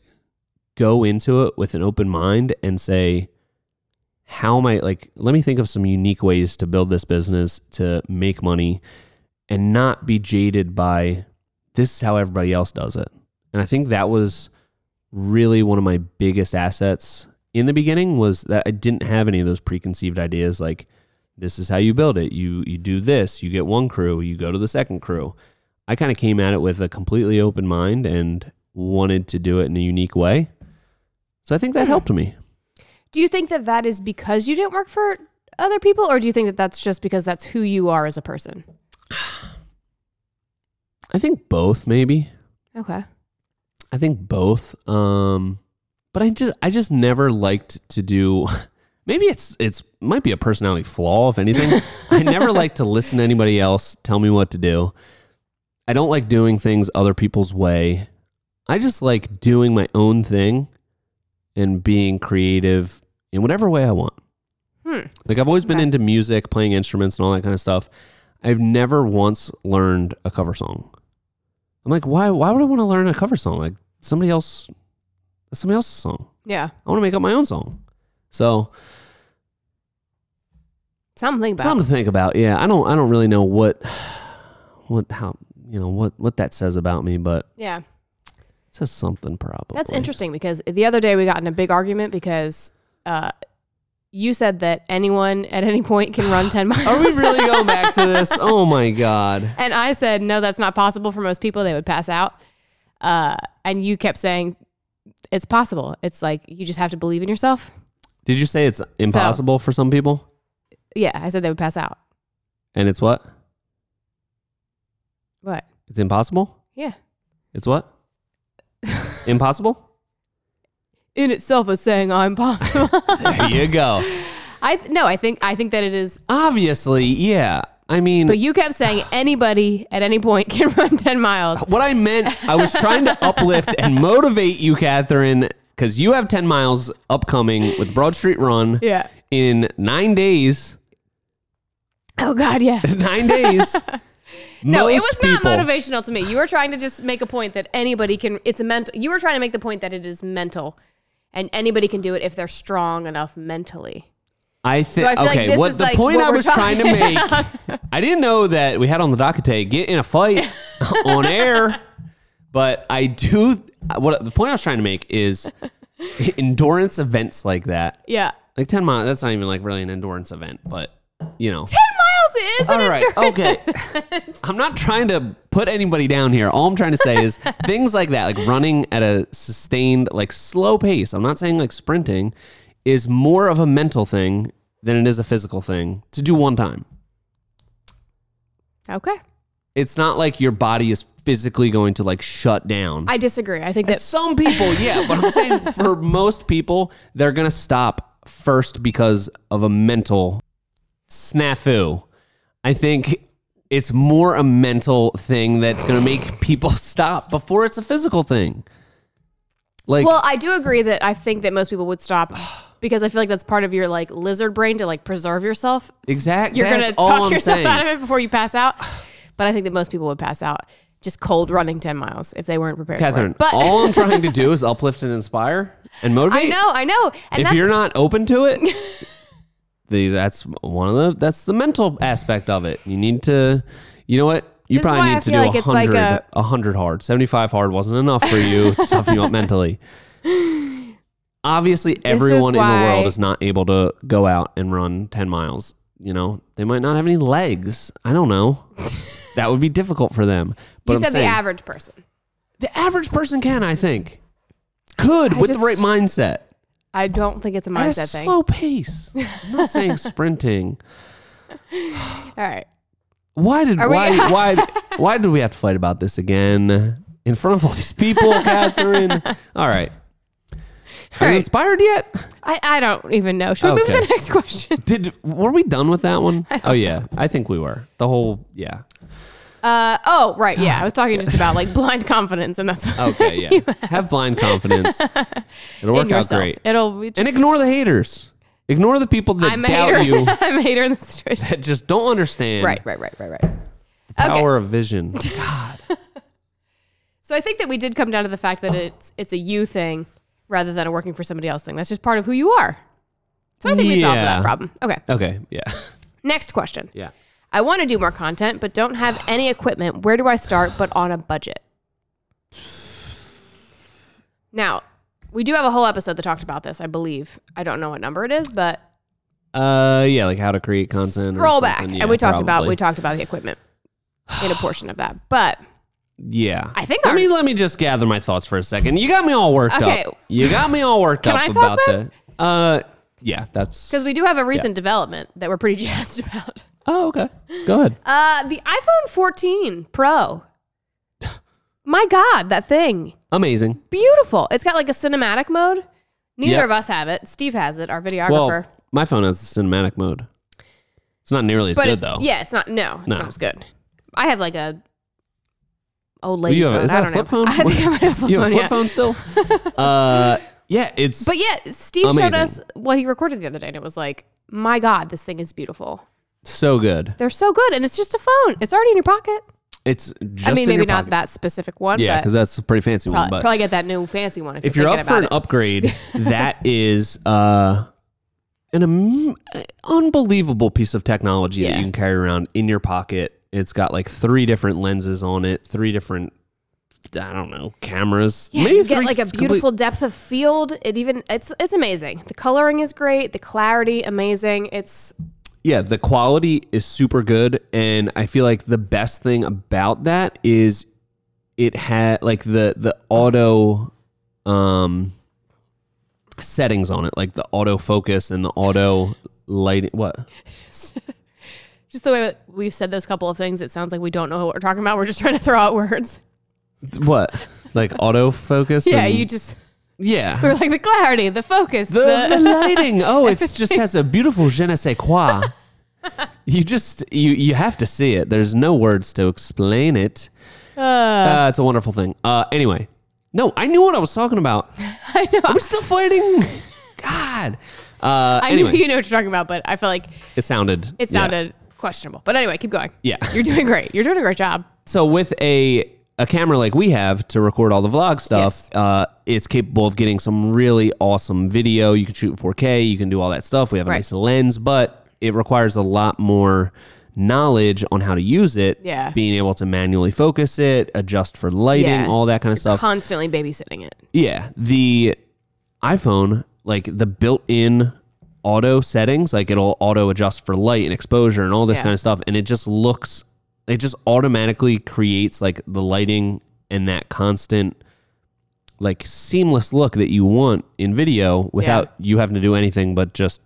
go into it with an open mind and say, how am I like, let me think of some unique ways to build this business, to make money, and not be jaded by this is how everybody else does it. And I think that was really one of my biggest assets in the beginning was that I didn't have any of those preconceived ideas like this is how you build it. You you do this, you get one crew, you go to the second crew. I kind of came at it with a completely open mind and wanted to do it in a unique way. So I think that helped me.
Do you think that that is because you didn't work for other people, or do you think that that's just because that's who you are as a person?
I think both maybe.
Okay.
I think both. Um, but I just I just never liked to do. Maybe it's it's might be a personality flaw if anything. I never like to listen to anybody else tell me what to do. I don't like doing things other people's way. I just like doing my own thing and being creative in whatever way I want.
Hmm.
Like I've always been
Okay.
into music, playing instruments, and all that kind of stuff. I've never once learned a cover song. I'm like, why? Why would I want to learn a cover song? Like somebody else, that's somebody else's song.
Yeah.
I want to make up my own song. So
Something about.
something to think about. Yeah, I don't. I don't really know what, what how you know what what that says about me, but
Yeah.
it says something probably.
That's interesting because the other day we got in a big argument because uh, you said that anyone at any point can run 10 miles.
Are we really going back to this? Oh my god.
And I said, no, that's not possible for most people. They would pass out. Uh, and you kept saying, it's possible. It's like you just have to believe in yourself.
Did you say it's impossible for some people?
Yeah, I said they would pass out.
And it's what?
What?
It's impossible.
Yeah.
It's what? Impossible?
In itself is saying I'm possible.
There you go.
I th- no, I think I think that it is.
Obviously, yeah. I mean,
But you kept saying anybody at any point can run ten miles.
what I meant, I was trying to uplift and motivate you, Catherine, because you have 10 miles upcoming with Broad Street Run
Yeah.
in nine days.
Oh God, yeah.
Nine days.
No, it
Most
was
people-
not motivational to me. You were trying to just make a point that anybody can. It's a mental. You were trying to make the point that it is mental, and anybody can do it if they're strong enough mentally.
I think
I feel like
okay.
this
what
is
the
like
point
what
I
we're
was trying to
talking
make? I didn't know that we had on the docket today get in a fight on air, but I do. What the point I was trying to make is endurance events like that,
Yeah.
like ten miles. That's not even like really an endurance event, but you know.
Ten miles is
All
an
right,
endurance.
okay. I'm not trying to put anybody down here. All I'm trying to say is things like that, like running at a sustained, like slow pace. I'm not saying like sprinting is more of a mental thing than it is a physical thing to do one time.
Okay.
It's not like your body is physically going to like shut down.
I disagree. I think that
Some people, yeah, but I'm saying for most people, they're going to stop first because of a mental snafu. I think it's more a mental thing that's going to make people stop before it's a physical thing. Like,
Well, I do agree that I think that most people would stop because I feel like that's part of your like lizard brain to like preserve yourself.
exactly.
You're
That's
gonna
all
talk
I'm
yourself
saying.
out of it before you pass out. But I think that most people would pass out just cold running ten miles if they weren't prepared. for
Catherine,
it. but
all I'm trying to do is uplift and inspire and motivate.
I know, I know, and
if
that's
you're not open to it, the that's one of the that's the mental aspect of it. You need to, you know what? You
This is
probably
why I
need to
feel
do
like
a
it's like
hundred,
a-
a hundred hard. Seventy five hard wasn't enough for you to toughen you up mentally. Obviously, everyone in the
why-
world is not able to go out and run ten miles. You know, they might not have any legs. I don't know. that would be difficult for them. But
you
I'm
said the
saying,
average person.
the average person can, I think, could with
just-
the right mindset
I don't think it's a
at a
mindset thing.
slow pace. I'm not saying sprinting.
All right.
Why did
we-
why why why did we have to fight about this again in front of all these people, Catherine? All right. Are
right.
you inspired yet?
I, I don't even know. Should we move to
Okay.
the next question?
Did were we done with that one? Oh yeah, I think we were. The whole yeah.
Uh, oh, right. Yeah. I was talking just about like blind confidence, and that's what
Okay yeah. Have blind confidence. It'll work
in
out
yourself.
great.
It'll be just,
And ignore the haters. Ignore the people that
I'm a
doubt
hater.
you
I'm a hater in this situation.
that just don't understand
Right, right, right, right, right.
the power of vision.
So I think that we did come down to the fact that it's it's a you thing rather than a working for somebody else thing. That's just part of who you are. So I think we solved
Yeah.
that problem. Okay.
Okay, yeah.
Next question.
Yeah.
I want to do more content but don't have any equipment. Where do I start but on a budget? Now, we do have a whole episode that talked about this, I believe. I don't know what number it is, but
Uh, yeah, like how to create content. or
scroll back.
something.
and we
Yeah,
talked about
probably.
we talked about the equipment in a portion of that. But
yeah,
I think
Let
our-
me let me just gather my thoughts for a second. You got me all worked
Okay.
up. You got me all worked
Can
up
I talk
about
then?
the. Uh, yeah, that's.
because we do have a recent development that we're pretty jazzed about.
oh, okay. Go ahead.
Uh, the iPhone 14 Pro My God, that thing.
Amazing.
Beautiful. It's got like a cinematic mode. Neither
Yep.
of us have it. Steve has it, our videographer.
Well, my phone has the cinematic mode. It's not nearly as
but
good
it's,
though.
yeah, it's not. No, it's
No.
not as good. I have like a old lady
you have-
phone.
is that
I
a
don't
flip
know.
phone?
I think I might have a flip
You have a
phone.
flip
yeah.
phone still? uh, yeah, it's
But yeah, Steve showed
Amazing.
us what he recorded the other day, and it was like, my God, this thing is beautiful.
so good.
They're so good, and it's just a phone. It's already in your pocket.
It's just
I mean,
in your
maybe not
pocket.
that specific one,
Yeah,
but
because that's a pretty fancy one.
probably,
But
probably get that new fancy one if,
if you're up
thinking
for
about
an
it.
upgrade, that is uh, an am- unbelievable piece of technology that
Yeah.
you can carry around in your pocket. It's got like three different lenses on it, three different I don't know cameras.
Yeah, you get
three
like a
complete-
beautiful depth of field. It even it's it's amazing. The coloring is great. The clarity amazing. It's
yeah, the quality is super good, and I feel like the best thing about that is it had like the the auto um settings on it, like the auto focus and the auto lighting. What?
just the way that we've said those couple of things. It sounds like we don't know what we're talking about. We're just trying to throw out words.
What? Like auto focus?
Yeah,
and-
you just
yeah.
we're like the clarity, the focus, the,
The, the lighting. Oh, it just has a beautiful je ne sais quoi. You just you you have to see it. There's no words to explain it. Uh, it's a wonderful thing. Uh, anyway, no, I knew what I was talking about.
I know.
We're still fighting. God. Uh,
I
anyway,
know you know what you're talking about, but I feel like
it sounded.
it
yeah.
sounded questionable. But anyway, keep going.
Yeah.
You're doing great. You're doing a great job.
so with a a camera like we have to record all the vlog stuff, uh, it's capable of getting some really awesome video. You can shoot in 4K, you can do all that stuff. We have a
Right.
nice lens, but it requires a lot more knowledge on how to use it.
Yeah.
Being able to manually focus it, adjust for lighting,
Yeah.
all that kind of stuff.
Constantly babysitting it.
Yeah, the iPhone, like the built-in auto settings, like it'll auto adjust for light and exposure and all this
Yeah.
kind of stuff, and it just looks, it just automatically creates like the lighting and that constant, like seamless look that you want in video without you having to do anything but just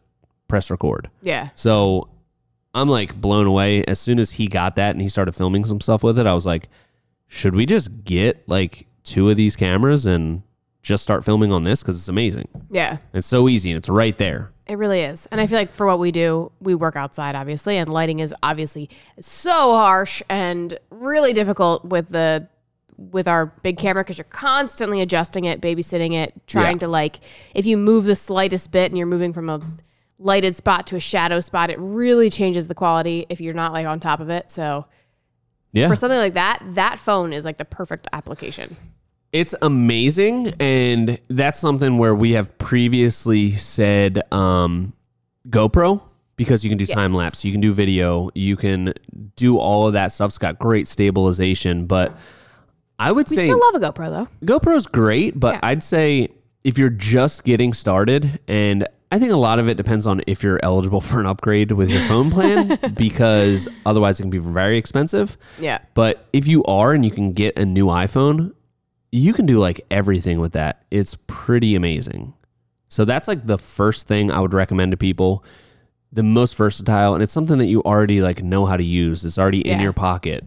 press record.
Yeah.
So I'm like blown away. As soon as he got that and he started filming some stuff with it, I was like, should we just get like two of these cameras and just start filming on this? Because it's amazing.
Yeah.
It's so easy and it's right there.
It really is. And I feel like for what we do, we work outside, obviously, and lighting is obviously so harsh and really difficult with the with our big camera because you're constantly adjusting it, babysitting it, trying
Yeah.
to like if you move the slightest bit and you're moving from a lighted spot to a shadow spot, it really changes the quality if you're not like on top of it. So
Yeah.
for something like that, that phone is like the perfect application.
It's amazing. And that's something where we have previously said um, GoPro because you can do time lapse, you can do video, you can do all of that stuff. It's got great stabilization. But I would
We
say.
still love a GoPro though.
GoPro's great, but
Yeah.
I'd say if you're just getting started, and I think a lot of it depends on if you're eligible for an upgrade with your phone plan, because otherwise it can be very expensive.
Yeah.
But if you are and you can get a new iPhone, you can do like everything with that. It's pretty amazing. So that's like the first thing I would recommend to people. The most versatile, and it's something that you already like know how to use. It's already in
Yeah.
your pocket.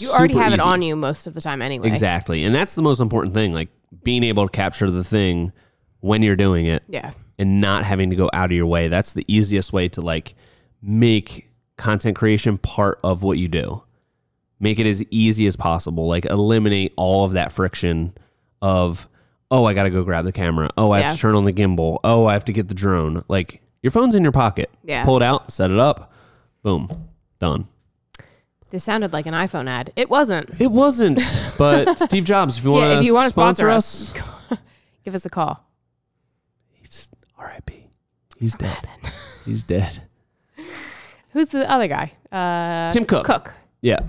You already
Super
have it
easy.
on you most of the time anyway.
Exactly. And that's the most important thing, like being able to capture the thing when you're doing it
Yeah.
and not having to go out of your way. That's the easiest way to like make content creation part of what you do. Make it as easy as possible. Like eliminate all of that friction of oh, I got to go grab the camera. Oh, I
Yeah.
have to turn on the gimbal. Oh, I have to get the drone. Like your phone's in your pocket. Just
Yeah.
pull it out, set it up. Boom. Done.
This sounded like an iPhone ad. It wasn't.
It wasn't, but Steve Jobs, if you want
Yeah,
to
if you want to
sponsor,
sponsor
us,
Give us a call.
He's R.I.P. He's dead. He's dead.
Who's the other guy? Uh,
Tim Cook.
Cook.
Yeah,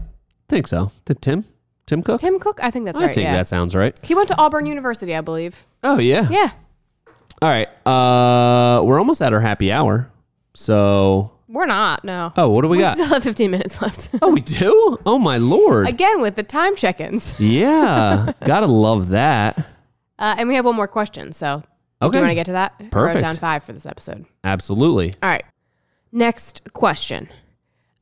think so. Did Tim? Tim Cook?
Tim Cook. I think that's
I
right.
think
yeah.
that sounds right.
he went to Auburn University, I believe.
Oh yeah.
Yeah,
All right. Uh, we're almost at our happy hour. So,
we're not. No,
oh, what do we,
we
got?
still have 15 minutes left.
oh, we do. Oh my lord.
Again with the time check-ins,
yeah, gotta love that.
uh, and we have one more question. So, do
Okay.
you want to get to that? I Wrote
Perfect.
down five for this episode.
Absolutely.
All right. Next question.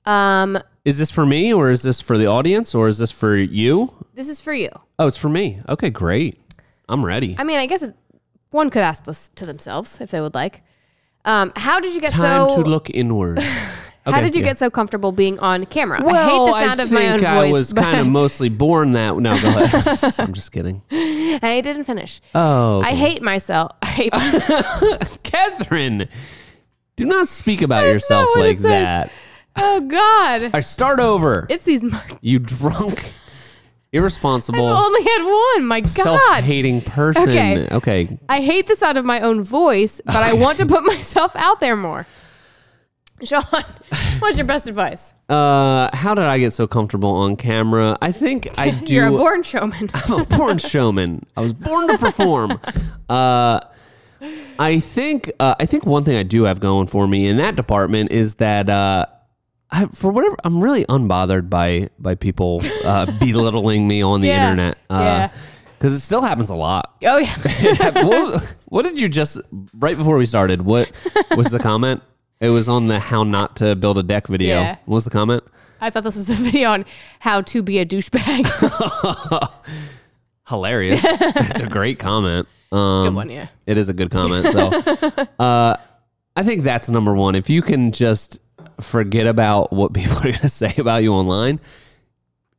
Um,
Is this for me or is this for the audience or is this for you?
This is for you.
Oh, it's for me. Okay, great. I'm ready.
I mean, I guess it, one could ask this to themselves if they would like. Um, how did you get
Time
so?
to look inward.
how
Okay,
did you
yeah.
get so comfortable being on camera?
Well,
I hate the sound of my own
think I
voice.
was
but
kind of mostly born that. No, go ahead. I'm just kidding.
I didn't finish.
Oh,
I hate myself. I hate myself.
Catherine, do not speak about yourself
what
like
it says.
that.
oh God!
I start over.
It's these. Mark-
you drunk,
I
irresponsible,
only had one. My Oh, God!
self-hating person.
Okay.
okay.
I hate the sound of my own voice, but I want to put myself out there more. Sean, what's your best advice?
Uh, how did I get so comfortable on camera? I think I do.
You're a born showman.
I'm a Oh, born showman. I was born to perform. Uh, I think uh, I think one thing I do have going for me in that department is that uh, I, for whatever I'm really unbothered by by people uh, belittling me on the
Yeah.
internet
Yeah.
because it still happens a lot.
Oh yeah.
what, what did you just right before we started? What was the comment? It was on the how not to build a deck video.
Yeah.
What was the comment?
I thought this was a video on how to be a douchebag.
Hilarious. That's a great comment. Um,
Good one, yeah.
It is a good comment. So, uh, I think that's number one. If you can just forget about what people are going to say about you online,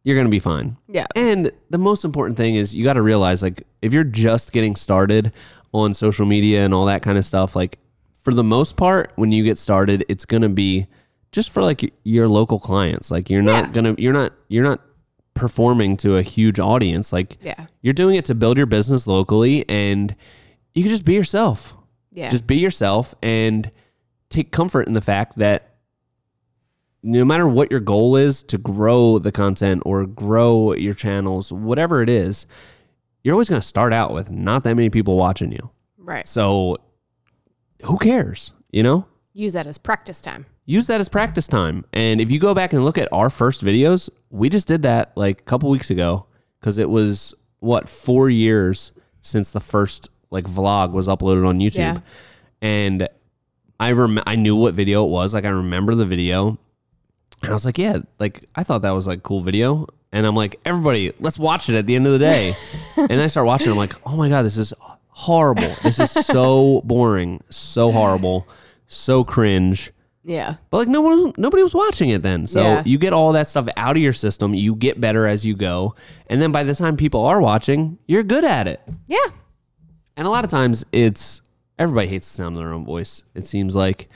you're going to be fine.
Yeah.
And the most important thing is you got to realize, like, if you're just getting started on social media and all that kind of stuff, like, for the most part, when you get started, it's going to be just for like y- your local clients. Like, you're not
Yeah.
gonna, you're not, you're not performing to a huge audience. Like,
Yeah.
you're doing it to build your business locally and you can just be yourself.
Yeah.
Just be yourself and take comfort in the fact that no matter what your goal is to grow the content or grow your channels, whatever it is, you're always going to start out with not that many people watching you.
right.
So who cares? You know?
Use that as practice time.
use that as practice time. And if you go back and look at our first videos, we just did that like a couple weeks ago because it was what four years since the first like vlog was uploaded on YouTube,
Yeah.
and I rem- I knew what video it was. Like I remember the video, and I was like, yeah, like I thought that was like cool video. And I'm like, everybody, let's watch it at the end of the day. and I start watching. I'm like, oh my god, this is horrible. This is so boring, so horrible, so cringe.
Yeah.
But like no one, nobody was watching it then. So
Yeah.
you get all that stuff out of your system. You get better as you go, and then by the time people are watching, you're good at it.
Yeah.
And a lot of times, it's everybody hates the sound of their own voice. It seems like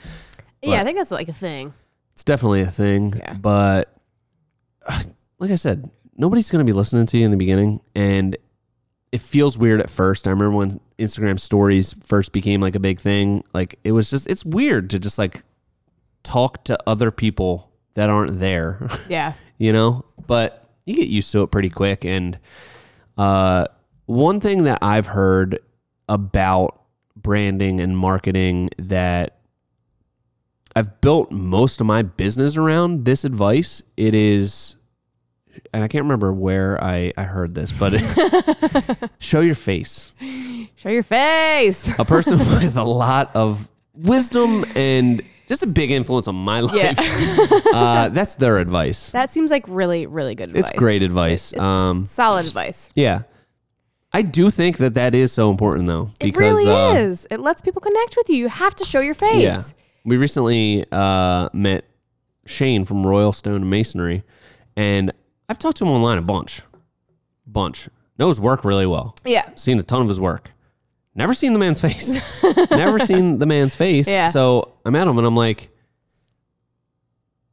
Yeah, I think that's like a thing.
it's definitely a thing.
Yeah.
But uh, like I said, nobody's going to be listening to you in the beginning, and it feels weird at first. I remember when Instagram stories first became like a big thing. Like it was just it's weird to just like talk to other people that aren't there.
Yeah.
you know but you get used to it pretty quick and uh, one thing that i've heard about branding and marketing that i've built most of my business around this advice it is and i can't remember where i, I heard this but show your face
Show your face.
a person with a lot of wisdom and just a big influence on my life
Yeah.
uh, that's their advice
That seems like really, really good advice.
it's great advice.
It's
um,
solid advice.
yeah, I do think that that is so important though.
It really is. It lets people connect with you. You have to show your face.
uh, Yeah, we recently uh, met Shane from Royal Stone and Masonry, and I've talked to him online a bunch, bunch. Knows work really well.
Yeah.
Seen a ton of his work. Never seen the man's face. Never seen the man's face.
Yeah.
So I met him and I'm like,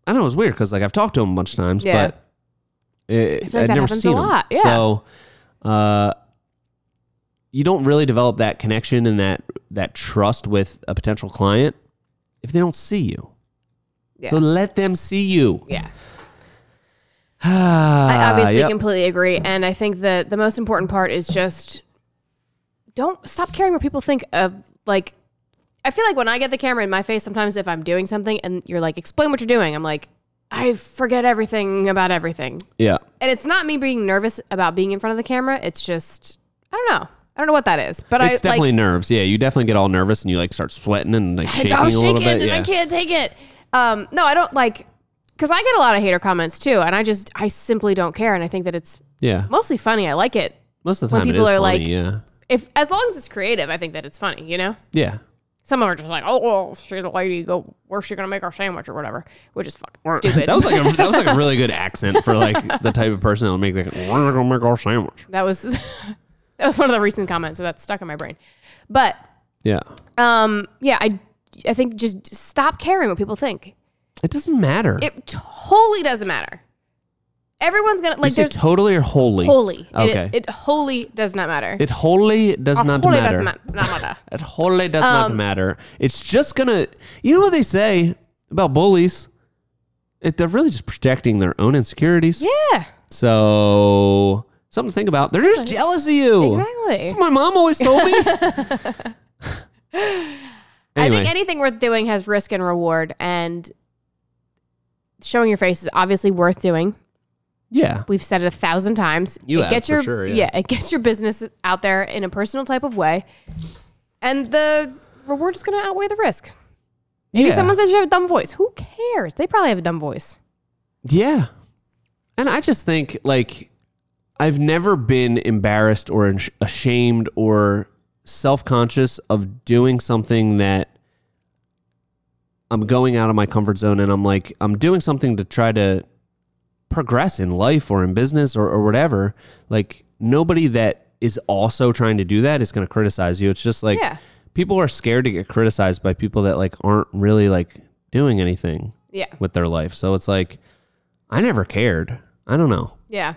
I don't know. It's weird because like I've talked to him a bunch of times,
Yeah.
but it, I
feel like that
would never
happens a
seen him.
lot, yeah.
So, uh, you don't really develop that connection and that that trust with a potential client if they don't see you.
Yeah.
So let them see you.
Yeah. I
I
obviously completely agree. And I think that the most important part is just don't stop caring what people think of. Like, I feel like when I get the camera in my face, sometimes if I'm doing something and you're like, explain what you're doing, I'm like, I forget everything about everything.
Yeah.
And it's not me being nervous about being in front of the camera. It's just, I don't know. I don't know what that is. But
It's
I like,
definitely nerves. Yeah, you definitely get all nervous and you like start sweating and like shaking
I'm
a little
shaking
bit.
and
yeah.
I can't take it. Um, no, I don't like because I get a lot of hater comments too, and I just I simply don't care, and I think that it's
Yeah.
mostly funny. I like it
Most of the
when
time, it
people
is
are
funny,
like-
yeah.
if as long as it's creative. I think that it's funny, you know.
Yeah.
Some of them are just like, oh, well, she's a lady. Go, where's she gonna make our sandwich or whatever? Which is fucking stupid.
That was like a, that was like a really good accent for like the type of person that would make like we're gonna make our sandwich.
that was that was one of the recent comments, so that's stuck in my brain. But
Yeah.
um, yeah, I I think just stop caring what people think.
It doesn't matter.
It totally doesn't matter. Everyone's gonna like.
Is it
There's
totally or wholly?
holy.
Okay.
It, it wholly does not matter.
It wholly does not
wholly
matter.
does not, not matter. Um,
It wholly does not matter. It's just gonna. You know what they say about bullies? It, they're really just protecting their own insecurities.
yeah,
So something to think about. They're just jealous of you. That's
exactly.
what my mom always told me.
I
anyway,
think anything worth doing has risk and reward, and showing your face is obviously worth doing.
yeah,
We've said it a thousand times.
You
it
have,
gets
for
your
sure, yeah.
it gets your business out there in a personal type of way, and the reward is going to outweigh the risk. Maybe
yeah.
someone says you have a dumb voice. Who cares? They probably have a dumb voice.
Yeah. And I just think like I've never been embarrassed or en- ashamed or self-conscious of doing something that I'm going out of my comfort zone and I'm like I'm doing something to try to progress in life or in business or, or whatever. Like nobody that is also trying to do that is going to criticize you. It's just like
Yeah.
people are scared to get criticized by people that like aren't really like doing anything
Yeah.
with their life. So it's like I never cared. I don't know.
Yeah.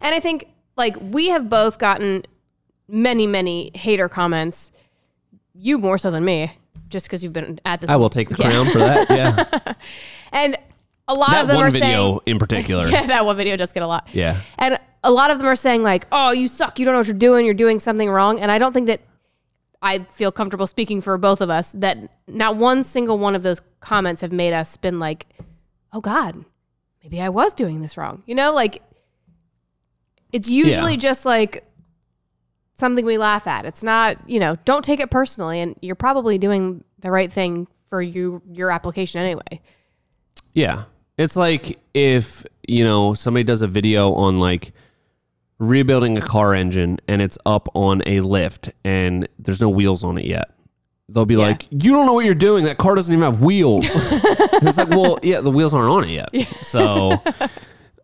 And I think like we have both gotten many, many hater comments. You more so than me, just because you've been at this.
I will take the crown for that. Yeah.
and a lot
that
of them
one
are
video
saying
in particular. yeah.
yeah, that one video does get a lot. And a lot of them are saying like, "Oh, you suck. You don't know what you're doing. You're doing something wrong." And I don't think that I feel comfortable speaking for both of us that not one single one of those comments have made us been like, "Oh god, maybe I was doing this wrong." You know, like it's usually
Yeah.
just like something we laugh at. It's not, you know, don't take it personally and you're probably doing the right thing for you your application anyway.
Yeah. It's like if, you know, somebody does a video on like rebuilding a car engine and it's up on a lift and there's no wheels on it yet. They'll be like, "You don't know what you're doing. That car doesn't even have wheels." it's like, "Well, yeah, the wheels aren't on it yet." So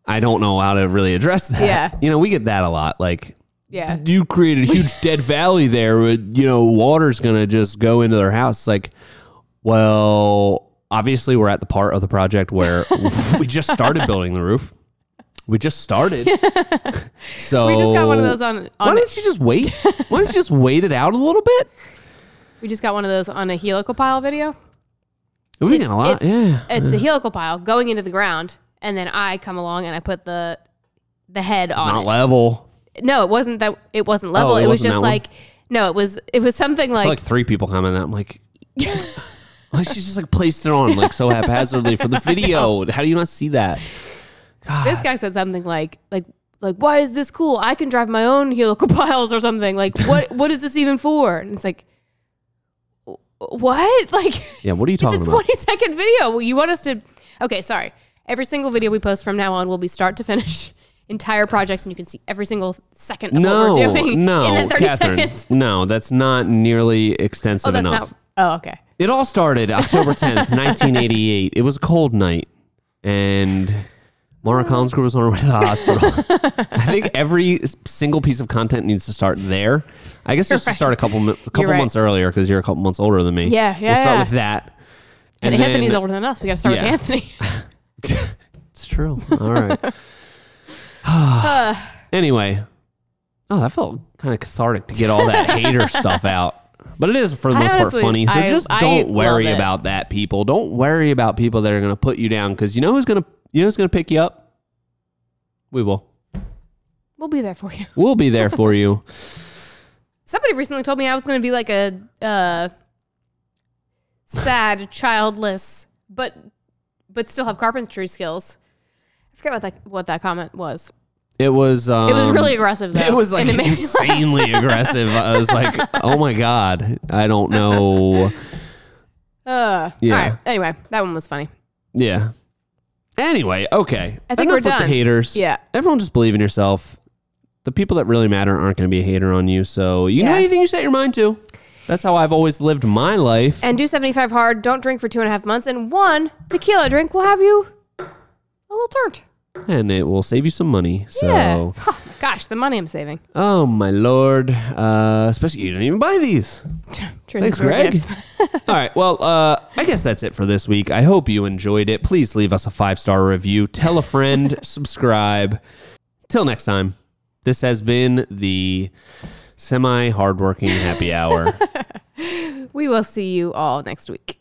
I don't know how to really address that.
Yeah.
You know, we get that a lot. Like,
Yeah.
you created a huge dead valley there. Where, you know, water's gonna just go into their house. Like, well, obviously we're at the part of the project where we just started building the roof. We just started. so
We just got one of those on,
Why
on
don't you just wait? Why don't you just wait it out a little bit?
we just got one of those on a helical pile video.
We get a lot.
it's-
Yeah.
It's a helical pile going into the ground, and then I come along and I put the the head on
Not level.
it. No, it wasn't that. It wasn't level.
Oh, it
it, was
wasn't that
just
one?
like no. It was it was something
It's
like,
like three people comment that. I'm like, like she's just like placed it on like so haphazardly for the video. How do you not see that?
this guy said something like like like why is this cool? I can drive my own helical piles or something. Like what what is this even for? And it's like wh- what like.
Yeah. What are you talking
it's a
about?
20 second video. You want us to. Okay, sorry. Every single video we post from now on will be start to finish entire projects, and you can see every single second of
no,
what we're doing
no,
in that 30
Catherine,
seconds.
No, that's not nearly extensive
Oh, that's
enough.
not. Oh, okay.
It all started October 10th, 1988. It was a cold night, and
Oh.
Laura Collins Crew was on her way to the hospital. I think every s- single piece of content needs to start there. I guess just to start a couple mi- a couple
right.
months earlier because you're a couple months older than me.
Yeah, yeah,
We'll start
yeah.
with that.
And,
then-
Anthony's older than us. We got to start
Yeah.
with Anthony.
It's true. All right. Ah.
Uh,
anyway, oh, that felt kind of cathartic to get all that hater stuff out. But it is for the
I
most
honestly-
part funny. So
I-
just
I
don't
love
worry
it.
about that, people. Don't worry about people that are going to put you down because you know who's going to you know who's going to pick you up. We will.
We'll be there for you.
We'll be there for you.
Somebody recently told me I was going to be like a uh, sad, childless, but but still have carpentry skills. I forget what that what that comment was.
It was. Um,
It was really aggressive. Though,
It was like
and it made me laugh.
insanely aggressive. I was like, oh my god, I don't know.
Uh,
Yeah.
All right. Anyway, that one was funny.
Yeah. Anyway, okay.
I
Enough
think we're
with the
done.
haters.
Yeah.
Everyone just believe in yourself. The people that really matter aren't going to be a hater on you. So you know
Yeah.
anything you set your mind to. That's how I've always lived my life.
And do 75 hard. Don't drink for two and a half months. And one tequila drink will have you a little turned.
and it will save you some money. So,
Yeah. Oh, my gosh, the money I'm saving.
oh my lord, uh, especially you didn't even buy these.
Trinity
Thanks,
store
Greg.
gifts.
All right, well, uh, I guess that's it for this week. I hope you enjoyed it. Please leave us a five star review, tell a friend, subscribe. Till next time, this has been the semi hardworking happy hour.
We will see you all next week.